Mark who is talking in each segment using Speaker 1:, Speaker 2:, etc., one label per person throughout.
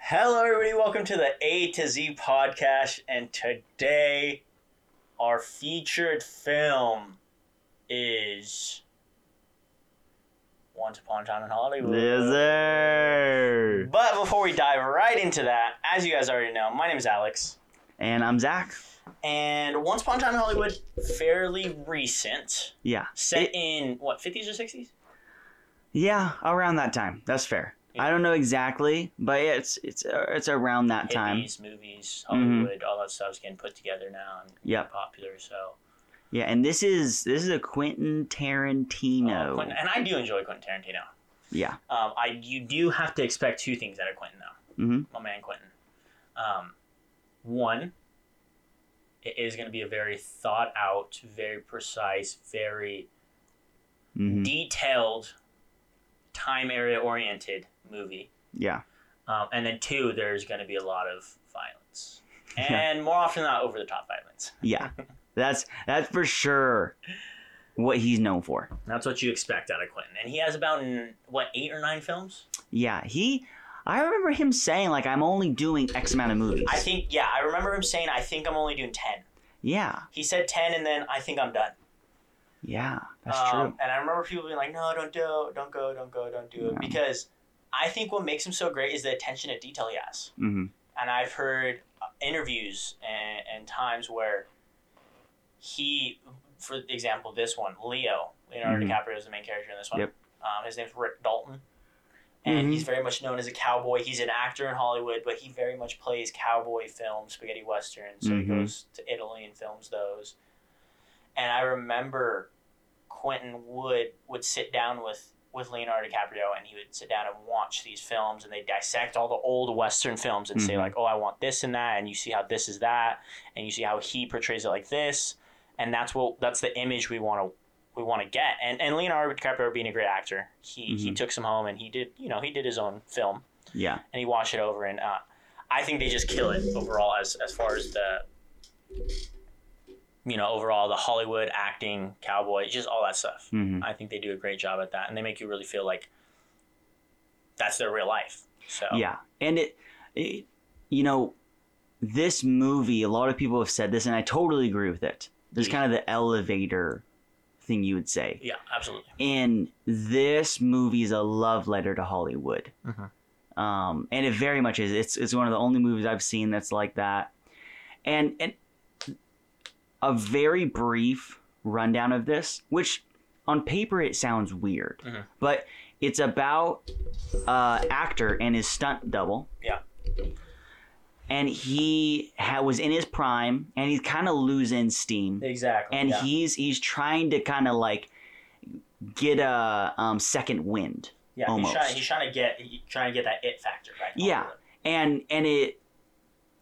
Speaker 1: Hello, everybody. Welcome to the A to Z podcast. And today, our featured film is Once Upon a Time in Hollywood.
Speaker 2: Lizard.
Speaker 1: But before we dive right into that, as you guys already know, my name is Alex.
Speaker 2: And I'm Zach.
Speaker 1: And Once Upon a Time in Hollywood, fairly recent,
Speaker 2: Yeah.
Speaker 1: set
Speaker 2: It-
Speaker 1: in what, 50s or 60s?
Speaker 2: yeah, around that time. That's fair. I don't know exactly, but it's it's uh, it's around that time. Mm-hmm.
Speaker 1: Hippies, movies, Hollywood, all that stuff's getting put together now and
Speaker 2: Yep.
Speaker 1: popular. So,
Speaker 2: Yeah, and this is this is a Quentin
Speaker 1: uh,
Speaker 2: Tarantino.
Speaker 1: Quentin- and I do enjoy Quentin Tarantino.
Speaker 2: Yeah.
Speaker 1: Um, I you do have to expect two things out of Quentin though.
Speaker 2: Mhm.
Speaker 1: My man Quentin. Um, one, it is going to be a very thought out, very precise, very
Speaker 2: hmm
Speaker 1: detailed, time area oriented movie.
Speaker 2: Yeah.
Speaker 1: Um, and then two, there's going to be a lot of violence,
Speaker 2: Yeah.
Speaker 1: and more often than not, over the top violence.
Speaker 2: Yeah. That's that's for sure what he's known for.
Speaker 1: That's what you expect out of Quentin, and he has about mm, what eight or nine films.
Speaker 2: Yeah, he I remember him saying like I'm only doing X amount of movies.
Speaker 1: I think, yeah, I remember him saying, "I think I'm only doing 10.
Speaker 2: yeah.
Speaker 1: He said ten, and then I think I'm done.
Speaker 2: Yeah. That's
Speaker 1: Um,
Speaker 2: true.
Speaker 1: And I remember people being like, "No, don't do, it, don't go, don't go, don't do it,"
Speaker 2: No.
Speaker 1: because I think what makes him so great is the attention to detail he has.
Speaker 2: Mhm.
Speaker 1: And I've heard uh, interviews and, and times where he, for example, this one, Leo, Leonardo
Speaker 2: Mhm.
Speaker 1: DiCaprio is the main character in this one.
Speaker 2: Yep.
Speaker 1: Um, his name's Rick Dalton. And
Speaker 2: Mhm.
Speaker 1: he's very much known as a cowboy. He's an actor in Hollywood, but he very much plays cowboy films, spaghetti westerns. So he
Speaker 2: Mhm.
Speaker 1: goes to Italy and films those. And I remember Quentin would would sit down with with Leonardo DiCaprio and he would sit down and watch these films and they dissect all the old Western films and say
Speaker 2: Mhm.
Speaker 1: like, oh, I want this and that, and you see how this is that, and you see how he portrays it like this, and that's what that's the image we want to we want to get. And and Leonardo DiCaprio being a great actor, he he
Speaker 2: Mhm.
Speaker 1: took some home and he did you know he did his own film
Speaker 2: Yeah.
Speaker 1: and he watched it over and uh, I think they just kill it overall as as far as the you know overall the Hollywood acting cowboy just all that stuff.
Speaker 2: Mhm.
Speaker 1: I think they do a great job at that, and they make you really feel like that's their real life. So
Speaker 2: Yeah, and it, it, you know, this movie. A lot of people have said this, and I totally agree with it. There's kind of the elevator thing you would say,
Speaker 1: yeah, absolutely.
Speaker 2: and this movie is a love letter to Hollywood.
Speaker 1: Mhm.
Speaker 2: Um, and it very much is. It's it's one of the only movies I've seen that's like that, and and a very brief rundown of this, which on paper it sounds weird,
Speaker 1: Mhm.
Speaker 2: but it's about uh, actor and his stunt double.
Speaker 1: Yeah.
Speaker 2: And he ha- was in his prime, and he's kind of losing steam,
Speaker 1: Exactly.
Speaker 2: and
Speaker 1: yeah.
Speaker 2: he's he's trying to kind of like get a um, second wind.
Speaker 1: yeah,
Speaker 2: almost.
Speaker 1: He's, trying, he's trying to get he's trying to get that it factor back. onto
Speaker 2: Yeah.
Speaker 1: it.
Speaker 2: and and it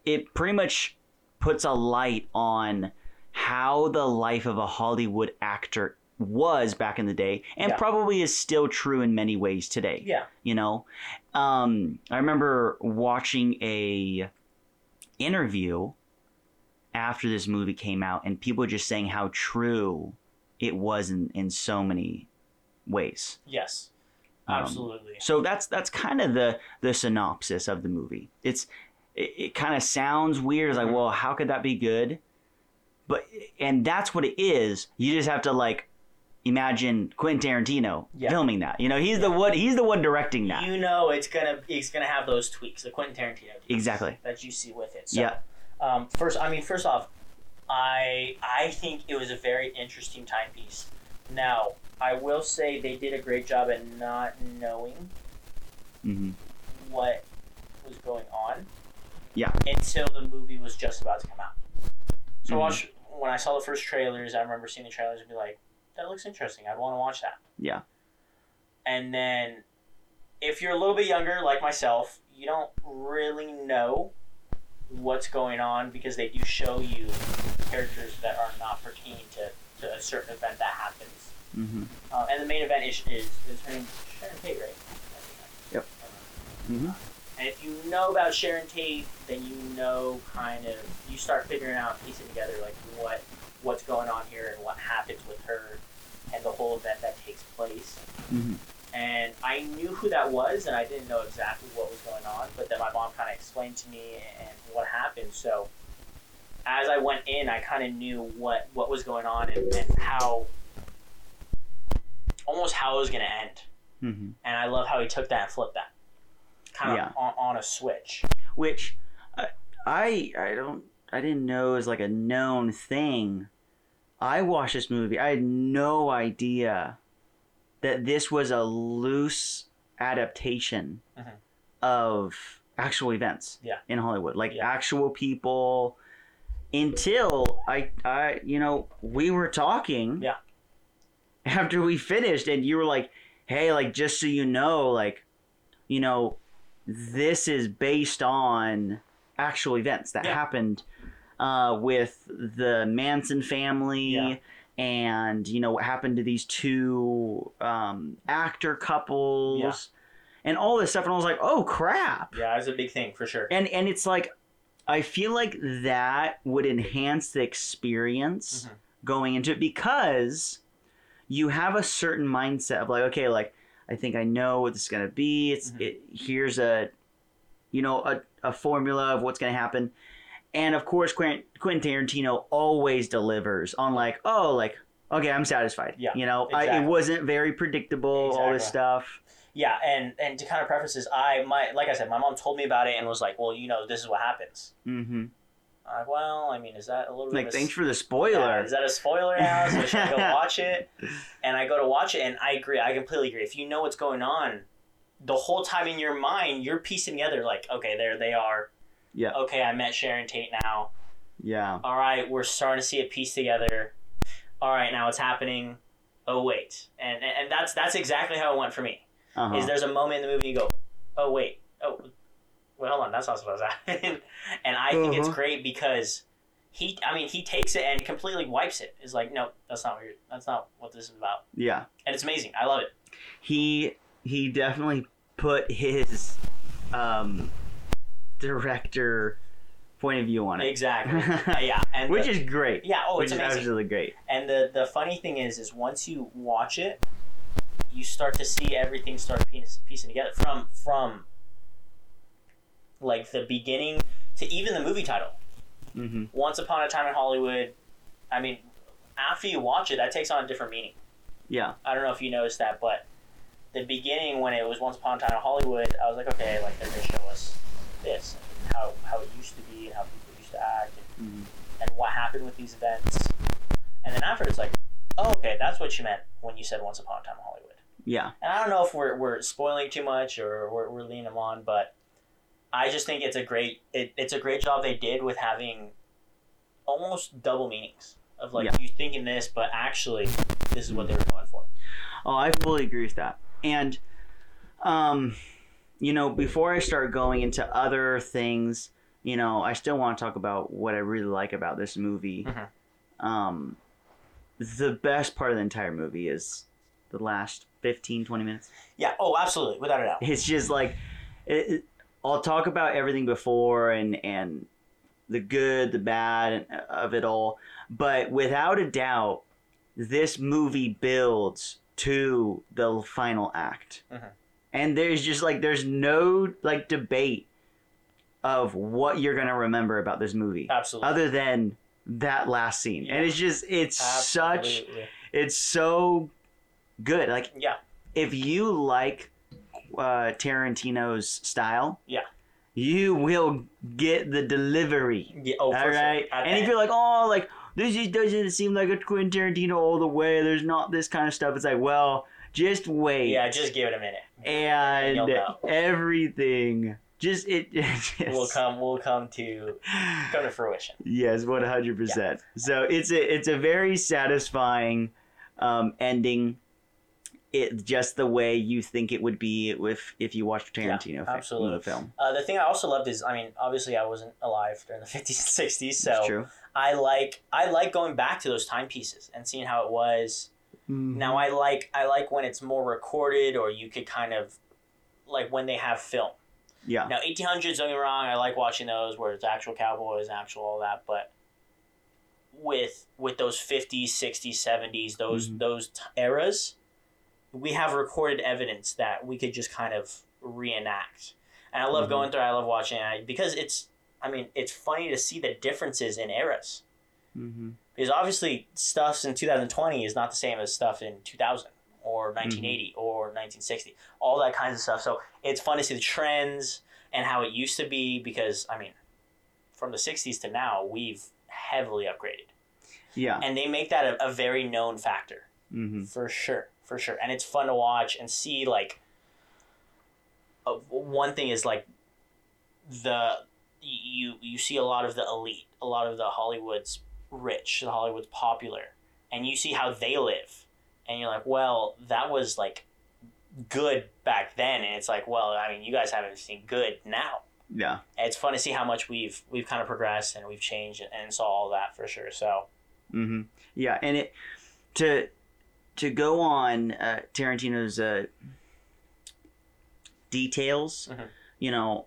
Speaker 2: it pretty much puts a light on how the life of a Hollywood actor was back in the day and
Speaker 1: Yeah.
Speaker 2: probably is still true in many ways today
Speaker 1: Yeah.
Speaker 2: you know um i remember watching a interview after this movie came out and people were just saying how true it was in, in so many ways
Speaker 1: Yes.
Speaker 2: Um,
Speaker 1: Absolutely.
Speaker 2: so that's that's kind of the the synopsis of the movie. It's it, it kind of sounds weird. It's like,
Speaker 1: Mhm.
Speaker 2: well, how could that be good? But and that's what it is. You just have to like imagine Quentin Tarantino
Speaker 1: Yeah.
Speaker 2: filming that. You know, he's the one he's the one directing that.
Speaker 1: you know it's gonna it's gonna have those tweaks, the Quentin Tarantino tweaks
Speaker 2: Exactly.
Speaker 1: that you see with it. So,
Speaker 2: Yeah.
Speaker 1: Um, first, I mean, first off, I I think it was a very interesting timepiece. Now, I will say they did a great job at not knowing
Speaker 2: hmm
Speaker 1: what was going on.
Speaker 2: Yeah.
Speaker 1: Until the movie was just about to come out. So
Speaker 2: Mhm.
Speaker 1: watch when I saw the first trailers, I remember seeing the trailers and be like, "That looks interesting. I'd want to watch that."
Speaker 2: Yeah.
Speaker 1: And then, if you're a little bit younger, like myself, you don't really know what's going on because they do show you characters that are not pertaining to, to a certain event that happens
Speaker 2: hmm
Speaker 1: uh, and the main event is is, is her name Sharon Tate, right?
Speaker 2: Yep.
Speaker 1: Mhm.
Speaker 2: Mhm.
Speaker 1: And if you know about Sharon Tate, then you know kind of you start figuring out piecing together like what what's going on here and what happens with her and the whole event that takes place.
Speaker 2: hmm
Speaker 1: and I knew who that was, and I didn't know exactly what was going on. But then my mom kind of explained to me and what happened. So as I went in, I kind of knew what what was going on and, and how almost how it was going to end.
Speaker 2: hmm
Speaker 1: And I love how he took that and flipped that, kind of
Speaker 2: Yeah.
Speaker 1: on, on a switch.
Speaker 2: Which I, I I don't I didn't know is like a known thing. I watched this movie. I had no idea that this was a loose adaptation
Speaker 1: Mhm.
Speaker 2: of actual events
Speaker 1: Yeah.
Speaker 2: in Hollywood, like
Speaker 1: Yeah.
Speaker 2: actual people. Until I, I, you know, we were talking.
Speaker 1: Yeah.
Speaker 2: After we finished, and you were like, "Hey, like, just so you know, like, you know, this is based on actual events that
Speaker 1: Yeah.
Speaker 2: happened uh, with the Manson family."
Speaker 1: Yeah.
Speaker 2: and you know what happened to these two um, actor couples and all this stuff and i was like oh crap
Speaker 1: Yeah, it was a big thing for sure.
Speaker 2: and and it's like i feel like that would enhance the experience
Speaker 1: Mhm.
Speaker 2: going into it because you have a certain mindset of like okay like i think i know what this is going to be it's
Speaker 1: Mhm.
Speaker 2: it, here's a you know a, a formula of what's going to happen and of course Quentin, Quentin Tarantino always delivers on like oh like okay i'm satisfied
Speaker 1: Yeah,
Speaker 2: you know I, it
Speaker 1: exactly.
Speaker 2: wasn't very predictable all this
Speaker 1: Exactly.
Speaker 2: stuff
Speaker 1: Yeah, and and to kind of preface this, I my like I said, my mom told me about it and was like, "Well, you know, this is what happens."
Speaker 2: hmm
Speaker 1: I'm like, well, I mean, is that a little bit of
Speaker 2: like
Speaker 1: a
Speaker 2: thanks for the
Speaker 1: Yeah,
Speaker 2: spoiler
Speaker 1: is that a spoiler now? So should I go watch it? And I go to watch it, and I agree. I completely agree. If you know what's going on, the whole time in your mind, you're piecing together like, okay, there they are.
Speaker 2: Yeah.
Speaker 1: Okay, I met Sharon Tate now.
Speaker 2: yeah.
Speaker 1: All right, we're starting to see it piece together. All right, now it's happening. Oh wait, and and, and that's that's exactly how it went for me.
Speaker 2: Uh-huh.
Speaker 1: Is there's a moment in the movie you go, oh wait, oh, well hold on, that's not supposed to happen. and I think it's
Speaker 2: Uh-huh.
Speaker 1: great because he, I mean, he takes it and completely wipes it. It's like, no, that's not what you're, that's not what this is about.
Speaker 2: yeah.
Speaker 1: And it's amazing. I love it.
Speaker 2: He he definitely put his um director point of view on it.
Speaker 1: Exactly. Uh, yeah. And
Speaker 2: Which
Speaker 1: the-
Speaker 2: is great.
Speaker 1: yeah. Oh,
Speaker 2: Which
Speaker 1: it's
Speaker 2: is
Speaker 1: amazing.
Speaker 2: absolutely great.
Speaker 1: And the the funny thing is, is once you watch it, you start to see everything start piece, piecing together from from like the beginning to even the movie title.
Speaker 2: hmm
Speaker 1: Once Upon a Time in Hollywood, I mean, after you watch it, that takes on a different meaning.
Speaker 2: Yeah.
Speaker 1: I don't know if you noticed that, but the beginning when it was Once Upon a Time in Hollywood, I was like, okay, like they're gonna show us this, and how how it used to be, and how people used to act, and,
Speaker 2: Mhm.
Speaker 1: and what happened with these events, and then after it's like, oh, okay, that's what you meant when you said Once Upon a Time in Hollywood.
Speaker 2: Yeah.
Speaker 1: And I don't know if we're, we're spoiling too much or we're, we're leaning them on, but I just think it's a great it, it's a great job they did with having almost double meanings of like
Speaker 2: Yeah.
Speaker 1: you thinking this, but actually this is what they were going for.
Speaker 2: Oh, I fully agree with that. And um you know, before I start going into other things, you know, I still want to talk about what I really like about this movie.
Speaker 1: Mhm.
Speaker 2: Um the best part of the entire movie is the last 15 20 minutes.
Speaker 1: Yeah. Oh, absolutely, without a doubt.
Speaker 2: it's just like it, it- I'll talk about everything before and and the good, the bad of it all, but without a doubt, this movie builds to the final act,
Speaker 1: Mhm.
Speaker 2: and there's just like there's no like debate of what you're gonna remember about this movie
Speaker 1: Absolutely.
Speaker 2: other than that last scene and
Speaker 1: Yeah.
Speaker 2: it's just it's such
Speaker 1: Absolutely.
Speaker 2: it's so good like
Speaker 1: Yeah.
Speaker 2: if you like uh, Tarantino's style,
Speaker 1: Yeah.
Speaker 2: you will get the delivery.
Speaker 1: yeah. Oh, for
Speaker 2: all
Speaker 1: sure.
Speaker 2: right,
Speaker 1: At
Speaker 2: and
Speaker 1: the
Speaker 2: if you're like, oh, like this just doesn't seem like a Quentin Tarantino all the way. There's not this kind of stuff. It's like, well, just
Speaker 1: end.
Speaker 2: wait.
Speaker 1: yeah, just give it a minute.
Speaker 2: and
Speaker 1: You'll know.
Speaker 2: everything. Just it. it just,
Speaker 1: We'll come. We'll come to come to fruition.
Speaker 2: Yes, one hundred percent. So it's a it's a very satisfying um, ending. It just the way you think it would be if if you watched a
Speaker 1: Yeah,
Speaker 2: Tarantino film,
Speaker 1: absolutely.
Speaker 2: the film.
Speaker 1: Uh, the thing I also loved is, I mean, obviously I wasn't alive during the 50s and 60s, so
Speaker 2: That's true.
Speaker 1: I like I like going back to those timepieces and seeing how it was.
Speaker 2: Mm-hmm.
Speaker 1: Now I like I like when it's more recorded or you could kind of like when they have film.
Speaker 2: yeah,
Speaker 1: Now 1800s don't get me wrong, I like watching those where it's actual cowboys, actual all that, but with with those 50s, 60s, 70s, those
Speaker 2: Mhm.
Speaker 1: those t- eras, we have recorded evidence that we could just kind of reenact. And I love
Speaker 2: Mhm.
Speaker 1: going through. I love watching it I- because it's. I mean, it's funny to see the differences in eras
Speaker 2: Mm-hmm.
Speaker 1: because obviously stuffs in 2020 is not the same as stuff in 2000 or 1980 or 1960 all that kinds of stuff so it's fun to see the trends and how it used to be because i mean from the 60s to now we've heavily upgraded
Speaker 2: Yeah.
Speaker 1: and they make that a, a very known factor
Speaker 2: Mm-hmm.
Speaker 1: for sure for sure and it's fun to watch and see like uh, one thing is like the you you see a lot of the elite a lot of the hollywood's rich the hollywood's popular and you see how they live and you're like well that was like good back then and it's like well i mean you guys haven't seen good now
Speaker 2: Yeah.
Speaker 1: And it's fun to see how much we've we've kind of progressed and we've changed and saw all that for sure so
Speaker 2: Mm-hmm. Yeah, and it to to go on uh, Tarantino's uh, details.
Speaker 1: Mhm.
Speaker 2: You know,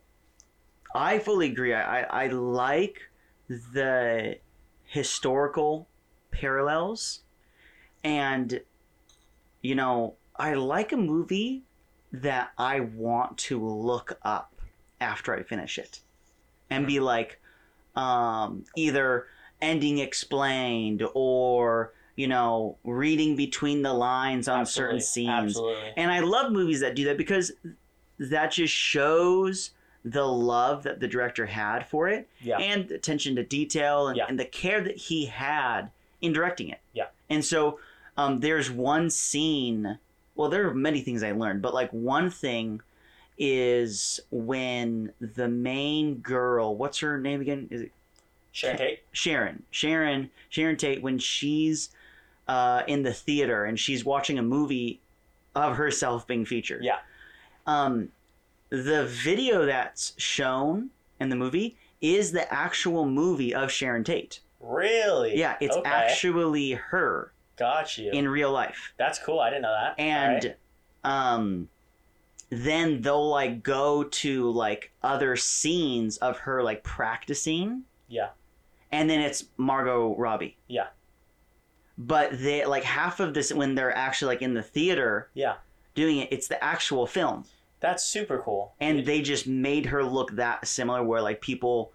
Speaker 2: I fully agree. I, I I like the historical parallels, and you know, I like a movie that I want to look up after I finish it, and be like, um, either ending explained or you know reading between the lines on certain
Speaker 1: absolutely,
Speaker 2: scenes
Speaker 1: absolutely
Speaker 2: and i love movies that do that because that just shows the love that the director had for it
Speaker 1: yeah
Speaker 2: and the attention to detail and,
Speaker 1: Yeah.
Speaker 2: and the care that he had in directing it
Speaker 1: Yeah.
Speaker 2: and so um, there's one scene well there are many things i learned but like one thing is when the main girl what's her name again is it
Speaker 1: sharon tate
Speaker 2: Sharon, Sharon, Sharon Tate, when she's uh, in the theater and she's watching a movie of herself being featured.
Speaker 1: Yeah.
Speaker 2: Um, the video that's shown in the movie is the actual movie of Sharon Tate.
Speaker 1: Really?
Speaker 2: Yeah, it's
Speaker 1: Okay.
Speaker 2: actually her
Speaker 1: Got you.
Speaker 2: in real life
Speaker 1: That's cool. I didn't know that.
Speaker 2: and um then they'll like go to like other scenes of her like practicing
Speaker 1: Yeah.
Speaker 2: and then it's margot robbie
Speaker 1: Yeah.
Speaker 2: but they like half of this when they're actually like in the theater
Speaker 1: Yeah.
Speaker 2: doing it it's the actual film
Speaker 1: that's super cool.
Speaker 2: and they just made her look that similar where like people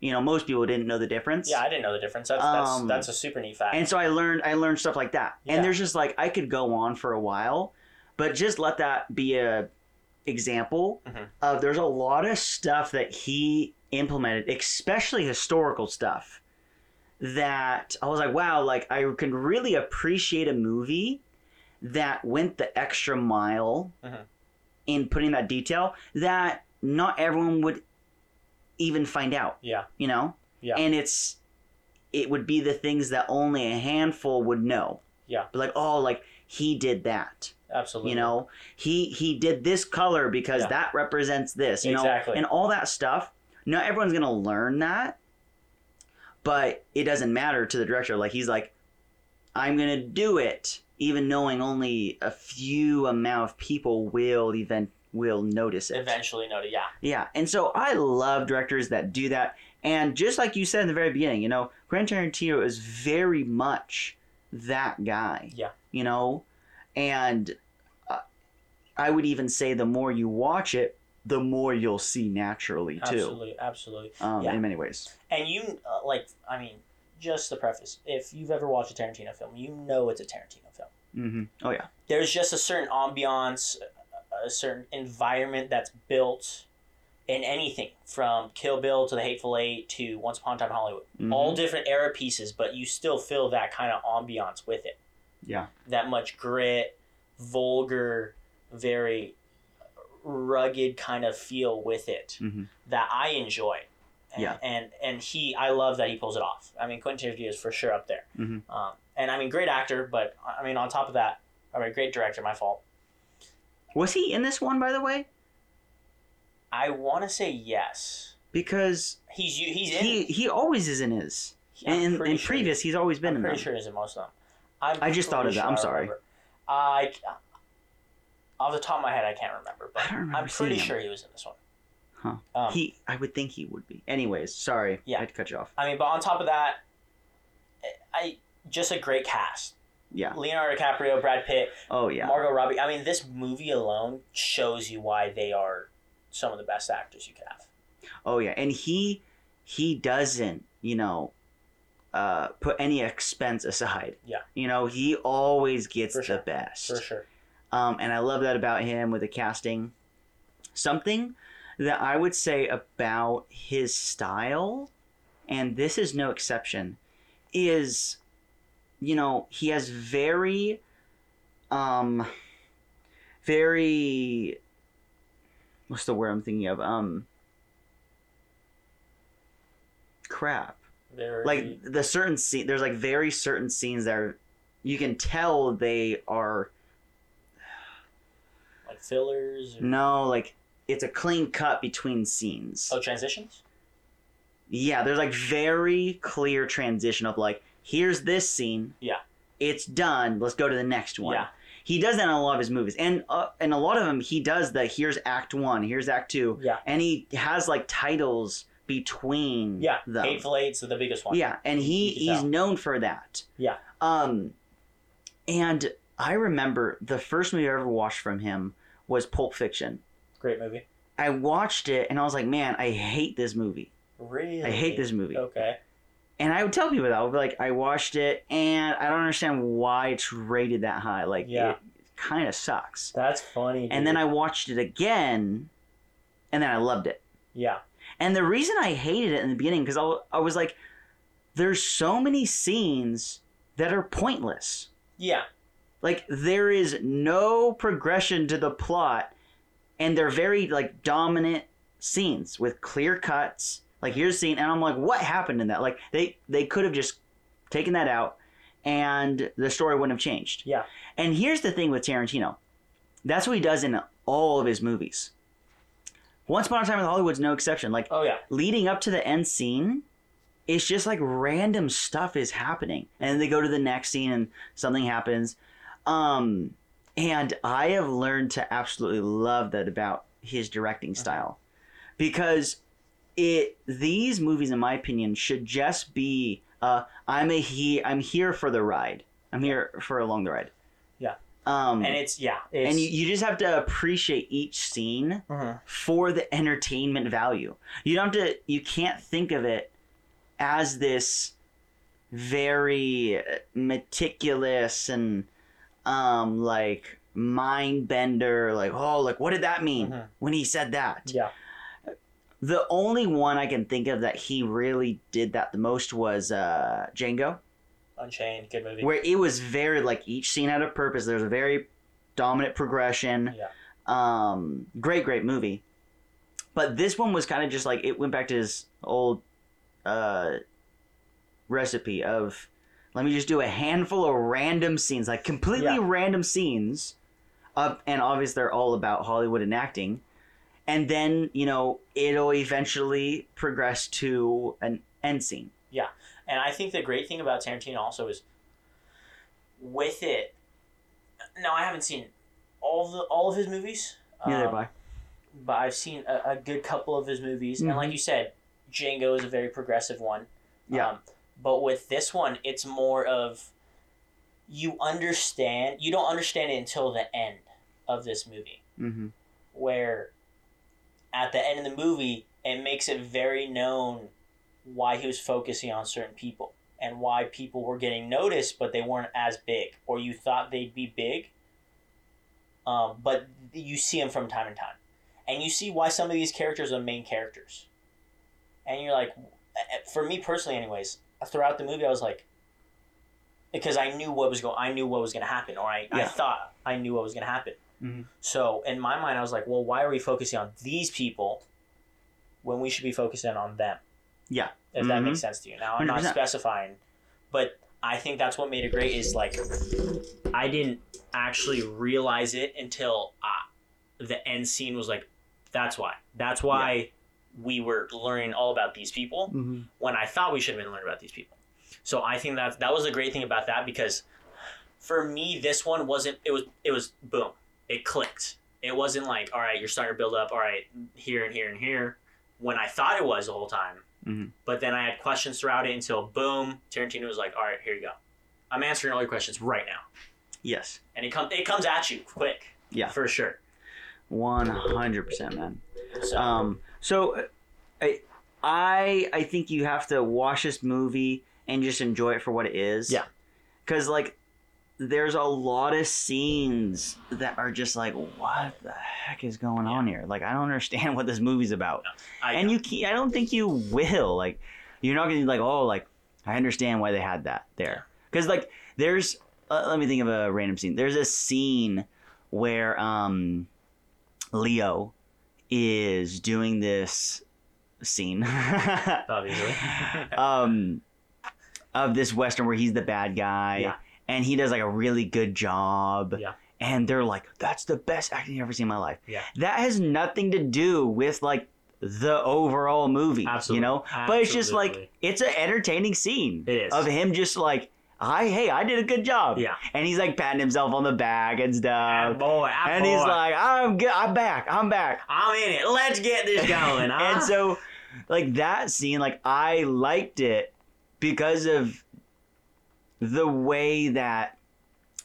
Speaker 2: you know most people didn't know the difference
Speaker 1: yeah, I didn't know the difference. That's
Speaker 2: Um,
Speaker 1: that's, that's a super neat fact.
Speaker 2: and so I learned I learned stuff like that.
Speaker 1: Yeah.
Speaker 2: And there's just like I could go on for a while, but just let that be a example
Speaker 1: Mhm.
Speaker 2: of there's a lot of stuff that he implemented, especially historical stuff, that I was like, wow, like I can really appreciate a movie that went the extra mile
Speaker 1: Mhm.
Speaker 2: in putting that detail that not everyone would even find out
Speaker 1: yeah,
Speaker 2: you know
Speaker 1: Yeah.
Speaker 2: and it's it would be the things that only a handful would know
Speaker 1: Yeah.
Speaker 2: but like oh like he did that
Speaker 1: absolutely.
Speaker 2: you know he he did this color because
Speaker 1: Yeah.
Speaker 2: that represents this you
Speaker 1: Exactly.
Speaker 2: know and all that stuff not everyone's gonna learn that but it doesn't matter to the director like he's like i'm gonna do it even knowing only a few amount of people will even will notice it
Speaker 1: eventually know yeah.
Speaker 2: yeah, and so I love directors that do that. And just like you said in the very beginning, you know, Quentin Tarantino is very much that guy.
Speaker 1: Yeah.
Speaker 2: You know, and uh, I would even say the more you watch it, the more you'll see naturally too.
Speaker 1: Absolutely, absolutely.
Speaker 2: Um,
Speaker 1: Yeah.
Speaker 2: In many ways.
Speaker 1: And you uh, like I mean, just the preface. If you've ever watched a Tarantino film, you know it's a Tarantino film.
Speaker 2: hmm Oh yeah.
Speaker 1: There's just a certain ambiance, a- a certain environment that's built in anything from Kill Bill to The Hateful Eight to Once Upon a Time in Hollywood.
Speaker 2: Mhm.
Speaker 1: all different era pieces, but you still feel that kind of ambiance with it.
Speaker 2: Yeah.
Speaker 1: That much grit, vulgar, very rugged kind of feel with it
Speaker 2: Mhm.
Speaker 1: that I enjoy. And,
Speaker 2: Yeah.
Speaker 1: and and he, I love that he pulls it off. I mean, Quentin Tarantino is for sure up there.
Speaker 2: Mhm.
Speaker 1: Um, and I mean, great actor, but I mean, on top of that, I mean, great director. My fault.
Speaker 2: Was he in this one by the way?
Speaker 1: I want to say yes.
Speaker 2: Because
Speaker 1: He's you. He's in.
Speaker 2: he he always is in his.
Speaker 1: I'm
Speaker 2: and in,
Speaker 1: pretty
Speaker 2: in
Speaker 1: sure he-
Speaker 2: previous, he's always been
Speaker 1: I'm
Speaker 2: in
Speaker 1: pretty
Speaker 2: them.
Speaker 1: sure it's in most of them. I'm
Speaker 2: I just thought of
Speaker 1: pretty
Speaker 2: that.
Speaker 1: sure
Speaker 2: I'm
Speaker 1: I
Speaker 2: sorry.
Speaker 1: remember. I, off the top of my head, I can't remember, but
Speaker 2: I don't remember
Speaker 1: I'm pretty
Speaker 2: seeing him.
Speaker 1: sure he was in this one.
Speaker 2: Huh.
Speaker 1: Um,
Speaker 2: He, I would think he would be. Anyways, sorry.
Speaker 1: Yeah.
Speaker 2: I had to cut you off.
Speaker 1: I mean, but on top of that, I- I just a great cast.
Speaker 2: Yeah.
Speaker 1: Leonardo DiCaprio, Brad Pitt,
Speaker 2: Oh yeah.
Speaker 1: Margot Robbie. I mean, this movie alone shows you why they are some of the best actors you can have.
Speaker 2: Oh yeah. And he he doesn't, you know, uh put any expense aside.
Speaker 1: Yeah.
Speaker 2: You know, he always gets
Speaker 1: For
Speaker 2: the
Speaker 1: sure.
Speaker 2: best.
Speaker 1: For sure.
Speaker 2: Um, and I love that about him with the casting. Something that I would say about his style, and this is no exception, is, you know, he has very, um, very, what's the word I'm thinking of? Um, crap
Speaker 1: Very,
Speaker 2: like the certain scene there's like very certain scenes that are you can tell they are
Speaker 1: like fillers. Or,
Speaker 2: No, like it's a clean cut between scenes.
Speaker 1: Oh, transitions.
Speaker 2: Yeah, there's like very clear transition of like, here's this scene.
Speaker 1: Yeah.
Speaker 2: It's done. Let's go to the next one.
Speaker 1: Yeah.
Speaker 2: He does that in a lot of his movies, and uh, and a lot of them he does the here's Act One, here's Act Two,
Speaker 1: Yeah.
Speaker 2: and he has like titles between
Speaker 1: Yeah.
Speaker 2: them.
Speaker 1: Hateful Eight's the biggest one.
Speaker 2: Yeah, and he
Speaker 1: You can
Speaker 2: he's
Speaker 1: tell.
Speaker 2: known for that.
Speaker 1: Yeah.
Speaker 2: Um, and I remember the first movie I ever watched from him was Pulp Fiction.
Speaker 1: Great movie.
Speaker 2: I watched it and I was like, man, I hate this movie.
Speaker 1: Really.
Speaker 2: I hate this movie.
Speaker 1: Okay.
Speaker 2: And I would tell people that. I would be like, I watched it and I don't understand why it's rated that high. Like,
Speaker 1: Yeah.
Speaker 2: it kind of sucks.
Speaker 1: That's funny.
Speaker 2: And then I watched it again and then I loved it.
Speaker 1: Yeah.
Speaker 2: And the reason I hated it in the beginning, because I, I was like, there's so many scenes that are pointless.
Speaker 1: Yeah.
Speaker 2: Like, there is no progression to the plot, and they're very, like, dominant scenes with clear cuts. Like, here's a scene, and I'm like, what happened in that? Like, they, they could have just taken that out, and the story wouldn't have changed.
Speaker 1: Yeah.
Speaker 2: And here's the thing with Tarantino that's what he does in all of his movies. Once Upon a Time in Hollywood's no exception. Like,
Speaker 1: Oh yeah.
Speaker 2: leading up to the end scene, it's just like random stuff is happening. And then they go to the next scene and something happens. Um, and I have learned to absolutely love that about his directing
Speaker 1: Uh-huh.
Speaker 2: style because it these movies in my opinion should just be uh I'm a he I'm here for the ride. I'm here for along the ride.
Speaker 1: Yeah.
Speaker 2: Um
Speaker 1: And it's yeah. Mm. It's,
Speaker 2: and you, you just have to appreciate each scene
Speaker 1: Mhm.
Speaker 2: for the entertainment value. You don't have to. You can't think of it as this very meticulous and um like mind bender. Like oh, like what did that mean
Speaker 1: Mhm.
Speaker 2: when he said that?
Speaker 1: Yeah.
Speaker 2: The only one I can think of that he really did that the most was uh, Django,
Speaker 1: Unchained. Good movie.
Speaker 2: where it was very like each scene had a purpose. There's a very dominant progression
Speaker 1: yeah.
Speaker 2: um great great movie but this one was kind of just like it went back to his old uh recipe of let me just do a handful of random scenes like completely
Speaker 1: Yeah.
Speaker 2: random scenes up and obviously they're all about hollywood and acting and then you know it'll eventually progress to an end scene
Speaker 1: And I think the great thing about Tarantino also is with it. Now I haven't seen all the all of his movies.
Speaker 2: neither
Speaker 1: um,
Speaker 2: by
Speaker 1: but I've seen a, a good couple of his movies, and like you said, Django is a very progressive one.
Speaker 2: Mm-hmm. Yeah.
Speaker 1: Um, but with this one, it's more of you understand. You don't understand it until the end of this movie,
Speaker 2: mm-hmm.
Speaker 1: where at the end of the movie, it makes it very known why he was focusing on certain people and why people were getting noticed, but they weren't as big, or you thought they'd be big, um, but you see them from time to time, and you see why some of these characters are the main characters, and you're like, for me personally, anyways, throughout the movie, I was like, because I knew what was going, I knew what was going to happen, or I, I
Speaker 2: Yeah.
Speaker 1: thought I knew what was going to happen.
Speaker 2: Mhm.
Speaker 1: So in my mind, I was like, well, why are we focusing on these people when we should be focusing on them?
Speaker 2: Yeah.
Speaker 1: if that
Speaker 2: Mhm.
Speaker 1: makes sense to you. Now I'm not
Speaker 2: 100%.
Speaker 1: specifying, but I think that's what made it great. Is like I didn't actually realize it until uh, the end scene was like, that's why. That's why we were learning all about these people
Speaker 2: Mm-hmm.
Speaker 1: when I thought we should have been learning about these people. So I think that that was a great thing about that because for me this one wasn't it was it was boom. It clicked. It wasn't like, all right, you're starting to build up, all right, here and here and here when I thought it was the whole time.
Speaker 2: Mhm.
Speaker 1: But then I had questions throughout it until boom, Tarantino was like, all right, here you go. I'm answering all your questions right now,
Speaker 2: Yes.
Speaker 1: and it comes it comes at you quick.
Speaker 2: Yeah.
Speaker 1: for sure.
Speaker 2: One hundred percent, man.
Speaker 1: So
Speaker 2: Um, so uh, I, I I think you have to watch this movie and just enjoy it for what it is.
Speaker 1: Yeah.
Speaker 2: Cause like there's a lot of scenes that are just like, what the heck is going on here? Like I don't understand what this movie's about.
Speaker 1: I,
Speaker 2: and you can I don't think you will. Like you're not gonna be like, oh like I understand why they had that there. Cause like there's uh, let me think of a random scene. There's a scene where um Leo is doing this scene
Speaker 1: obviously,
Speaker 2: um of this western where he's the bad guy
Speaker 1: Yeah.
Speaker 2: and he does like a really good job
Speaker 1: Yeah.
Speaker 2: and they're like that's the best acting i've ever seen in my life
Speaker 1: Yeah.
Speaker 2: that has nothing to do with like the overall movie
Speaker 1: Absolutely.
Speaker 2: you know but it's just like
Speaker 1: Absolutely.
Speaker 2: it's an entertaining scene
Speaker 1: It is.
Speaker 2: of him just like i hey i did a good job
Speaker 1: yeah.
Speaker 2: and he's like patting himself on the back and
Speaker 1: Ah,
Speaker 2: stuff
Speaker 1: boy, ah,
Speaker 2: uh, and he's
Speaker 1: boy.
Speaker 2: like i'm good i'm back i'm back
Speaker 1: I'm in it. Let's get this going. ah. huh?
Speaker 2: and so like that scene like i liked it because of the way that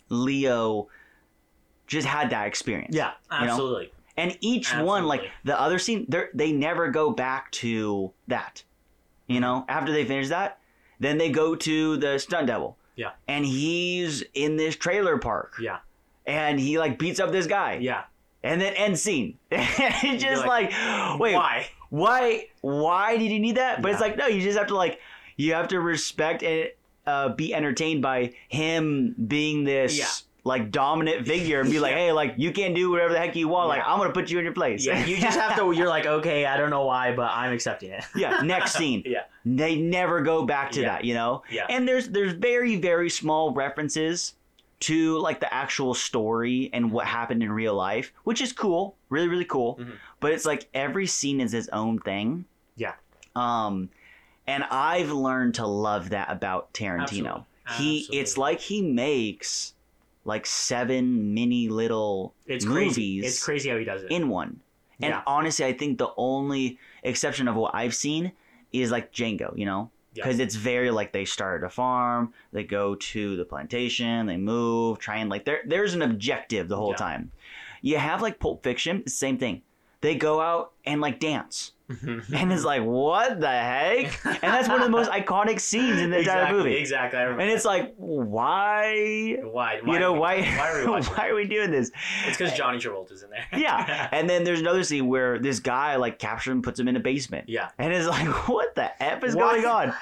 Speaker 2: leo just had that experience
Speaker 1: yeah,
Speaker 2: you know?
Speaker 1: absolutely.
Speaker 2: and each one like
Speaker 1: Absolutely.
Speaker 2: the other scene they they never go back to that you know after they finish that then they go to the stunt devil
Speaker 1: Yeah.
Speaker 2: and he's in this trailer park
Speaker 1: Yeah.
Speaker 2: and he like beats up this guy
Speaker 1: Yeah.
Speaker 2: and then end scene it's
Speaker 1: You're
Speaker 2: just
Speaker 1: like,
Speaker 2: like, wait
Speaker 1: Why?
Speaker 2: why why did you need that but it's
Speaker 1: Yeah.
Speaker 2: like no you just have to like you have to respect and uh, be entertained by him being this
Speaker 1: Yeah.
Speaker 2: like dominant figure and be like
Speaker 1: Yeah.
Speaker 2: hey like you can do whatever the heck you want like
Speaker 1: Yeah.
Speaker 2: i'm gonna put you in your place
Speaker 1: Yeah, you just have to. You're like, okay, I don't know why, but I'm accepting it.
Speaker 2: yeah next scene
Speaker 1: Yeah.
Speaker 2: they never go back to
Speaker 1: Yeah.
Speaker 2: that you know
Speaker 1: Yeah.
Speaker 2: and there's there's very very small references to like the actual story and what happened in real life which is cool really really cool
Speaker 1: Mhm.
Speaker 2: but it's like every scene is its own thing
Speaker 1: Yeah.
Speaker 2: um and i've learned to love that about tarantino he
Speaker 1: Absolutely.
Speaker 2: it's like he makes like seven mini little
Speaker 1: It's
Speaker 2: movies
Speaker 1: crazy. It's crazy how he does it.
Speaker 2: in one. And
Speaker 1: Yeah.
Speaker 2: honestly, I think the only exception of what I've seen is like Django, you know?
Speaker 1: Yeah.
Speaker 2: Because it's very like they start at a farm, they go to the plantation, they move, try and like there there's an objective the whole
Speaker 1: Yeah.
Speaker 2: time. You have like Pulp Fiction, it's the same thing. They go out and like dance. And it's like, what the heck? And that's one of the most iconic scenes in the entire
Speaker 1: Exactly,
Speaker 2: movie.
Speaker 1: Exactly. I remember.
Speaker 2: And it's like, why,
Speaker 1: why, why?
Speaker 2: you know, why
Speaker 1: Why are we watching?
Speaker 2: why are we doing this?
Speaker 1: It's because Johnny Travolta's in there.
Speaker 2: yeah. And then there's another scene where this guy like captures him, puts him in a basement,
Speaker 1: yeah.
Speaker 2: and it's like, what the f is
Speaker 1: What?
Speaker 2: going on?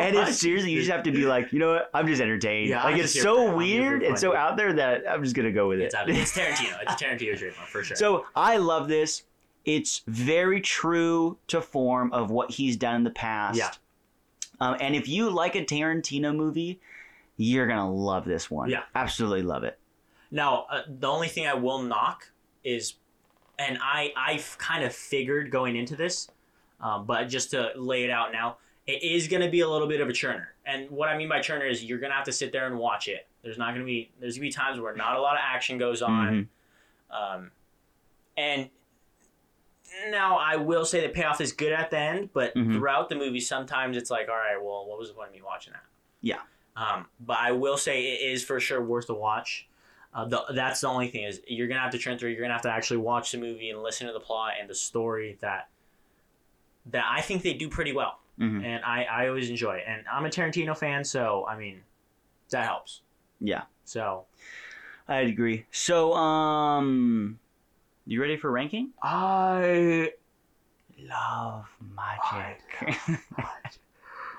Speaker 2: And
Speaker 1: Why?
Speaker 2: it's seriously, you just have to be like, you know what? I'm just entertained.
Speaker 1: Yeah,
Speaker 2: like
Speaker 1: I'm
Speaker 2: it's
Speaker 1: just here for- I'm
Speaker 2: so
Speaker 1: here
Speaker 2: weird
Speaker 1: for
Speaker 2: and so
Speaker 1: fun.
Speaker 2: out there that I'm just gonna go with it.
Speaker 1: It's, it's Tarantino. It's Tarantino's trademark for sure.
Speaker 2: so I love this. It's very true to form of what he's done in the past.
Speaker 1: Yeah.
Speaker 2: Um, and if you like a Tarantino movie, you're gonna love this one.
Speaker 1: Yeah.
Speaker 2: Absolutely love it.
Speaker 1: Now, uh, the only thing I will knock is, and I I kind of figured going into this, um, but just to lay it out now, it is going to be a little bit of a churner. And what I mean by churner is you're going to have to sit there and watch it. There's not going to be there's going to be times where not a lot of action goes
Speaker 2: Mm-hmm.
Speaker 1: on, um, and now I will say the payoff is good at the end, but
Speaker 2: Mhm.
Speaker 1: throughout the movie, sometimes it's like, all right, well, what was the point of me watching that?
Speaker 2: Yeah.
Speaker 1: Um, but I will say it is for sure worth a watch. Uh, the, that's the only thing is you're gonna have to turn through. You're gonna have to actually watch the movie and listen to the plot and the story that that I think they do pretty well,
Speaker 2: Mhm.
Speaker 1: and I I always enjoy it. And I'm a Tarantino fan, so I mean that helps.
Speaker 2: Yeah.
Speaker 1: So
Speaker 2: I agree. So, um, you ready for ranking?
Speaker 1: I
Speaker 2: Love magic.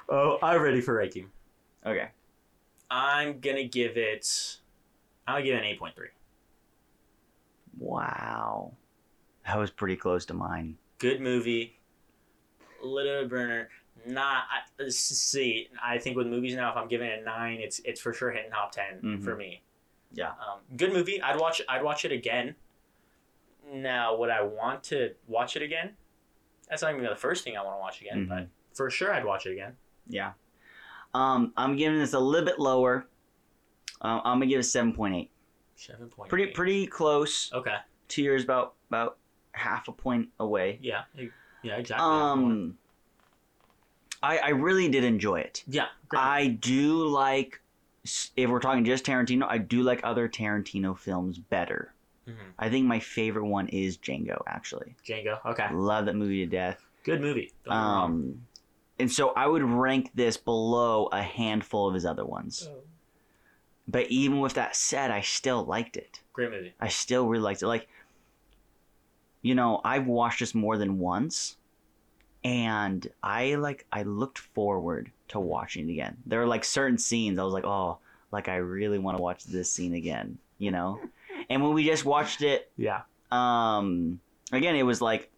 Speaker 1: oh I'm ready for ranking.
Speaker 2: okay.
Speaker 1: I'm gonna give it. I'm gonna give it an eight point three.
Speaker 2: Wow. That was pretty close to mine.
Speaker 1: Good movie. Little bit of burner. Not I, s- see. I think with movies now, if I'm giving it a nine, it's it's for sure hitting top 10
Speaker 2: Mhm.
Speaker 1: for me.
Speaker 2: Yeah.
Speaker 1: Um, good movie. I'd watch. I'd watch it again. Now, would I want to watch it again? That's not even the first thing I want to watch again,
Speaker 2: Mhm.
Speaker 1: but for sure I'd watch it again.
Speaker 2: Yeah. Um, I'm giving this a little bit lower. Um, I'm gonna give it seven point eight.
Speaker 1: Seven point.
Speaker 2: Pretty pretty close.
Speaker 1: Okay.
Speaker 2: Two years about about half a point away.
Speaker 1: Yeah. Yeah. Exactly.
Speaker 2: Um, I I really did enjoy it.
Speaker 1: Yeah. Great.
Speaker 2: I do like s- if we're talking just Tarantino, I do like other Tarantino films better.
Speaker 1: Mhm.
Speaker 2: I think my favorite one is Django. Actually,
Speaker 1: Django. Okay.
Speaker 2: love that movie to death.
Speaker 1: Good movie. Don't get me wrong.
Speaker 2: Um, and so I would rank this below a handful of his other ones.
Speaker 1: Oh.
Speaker 2: But even with that said, I still liked it.
Speaker 1: Great movie.
Speaker 2: I still really liked it. Like, you know, I've watched this more than once, and I like I looked forward to watching it again. There were like certain scenes I was like, oh, like I really want to watch this scene again, you know. and when we just watched it,
Speaker 1: Yeah.
Speaker 2: um, again, it was like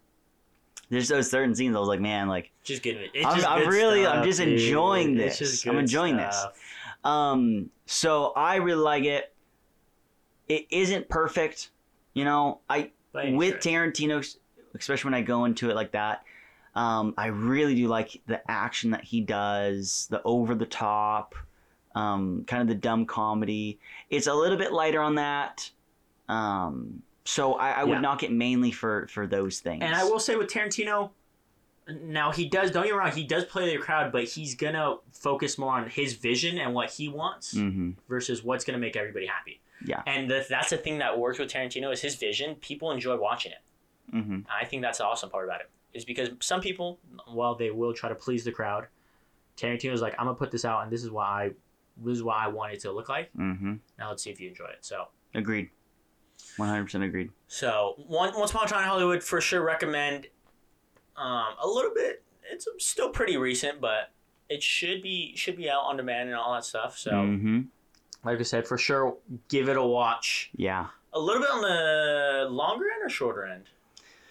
Speaker 2: there's those certain scenes I was like, man, like
Speaker 1: Just good. It's
Speaker 2: I'm-
Speaker 1: just
Speaker 2: I'm
Speaker 1: good
Speaker 2: really- I'm
Speaker 1: stuff,
Speaker 2: just
Speaker 1: dude.
Speaker 2: enjoying
Speaker 1: It's
Speaker 2: this.
Speaker 1: just
Speaker 2: I'm
Speaker 1: good
Speaker 2: enjoying this.
Speaker 1: stuff.
Speaker 2: Um, so I really like it. It isn't perfect, you know. I
Speaker 1: But
Speaker 2: with
Speaker 1: sure.
Speaker 2: Tarantino, especially when I go into it like that, um, I really do like the action that he does, the over the top, um, kind of the dumb comedy. It's a little bit lighter on that. Um, so I, I would
Speaker 1: Yeah.
Speaker 2: knock it mainly for for those things.
Speaker 1: And I will say with Tarantino, now he does. Don't get me wrong. He does play the crowd, but he's gonna focus more on his vision and what he wants
Speaker 2: hmm
Speaker 1: versus what's gonna make everybody happy.
Speaker 2: Yeah.
Speaker 1: And the, that's the thing that works with Tarantino is his vision. People enjoy watching it.
Speaker 2: hmm
Speaker 1: I think that's the awesome part about it is because some people, while they will try to please the crowd, Tarantino's like, I'm gonna put this out, and this is why I, this is why I want it to look like.
Speaker 2: hmm
Speaker 1: Now let's see if you enjoy it. So.
Speaker 2: Agreed. One hundred percent agreed.
Speaker 1: So one, once upon a time in Hollywood, for sure recommend. Um, a little bit. It's still pretty recent, but it should be should be out on demand and all that stuff. So,
Speaker 2: hmm
Speaker 1: like I said, for sure, give it a watch.
Speaker 2: Yeah.
Speaker 1: A little bit on the longer end or shorter end.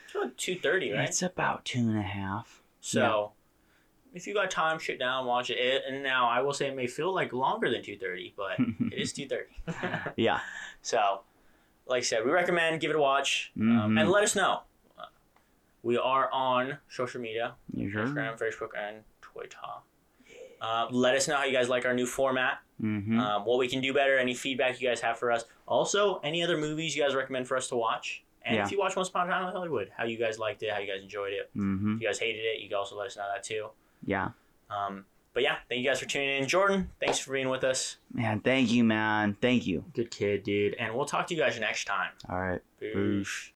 Speaker 1: It's about two thirty, right?
Speaker 2: It's about two and a half.
Speaker 1: so, if you got time, sit down, watch it. it. And now I will say it may feel like longer than two thirty, but it is two thirty.
Speaker 2: yeah.
Speaker 1: So, like I said, we recommend give it a watch um,
Speaker 2: Mhm.
Speaker 1: and let us know. Uh, We are on social media
Speaker 2: You sure?
Speaker 1: Instagram, Facebook, and Twitter. Uh, let us know how you guys like our new format,
Speaker 2: hmm
Speaker 1: um, what we can do better, any feedback you guys have for us. Also, any other movies you guys recommend for us to watch. And
Speaker 2: Yeah.
Speaker 1: if you watch Once Upon a Time in Hollywood, how you guys liked it, how you guys enjoyed it.
Speaker 2: hmm
Speaker 1: If you guys hated it, you can also let us know that too.
Speaker 2: Yeah.
Speaker 1: Um, but yeah, thank you guys for tuning in. Jordan, thanks for being with us.
Speaker 2: Man, thank you, man. Thank you.
Speaker 1: Good kid, dude. And we'll talk to you guys next time.
Speaker 2: All right.
Speaker 1: Peace.
Speaker 2: Boosh.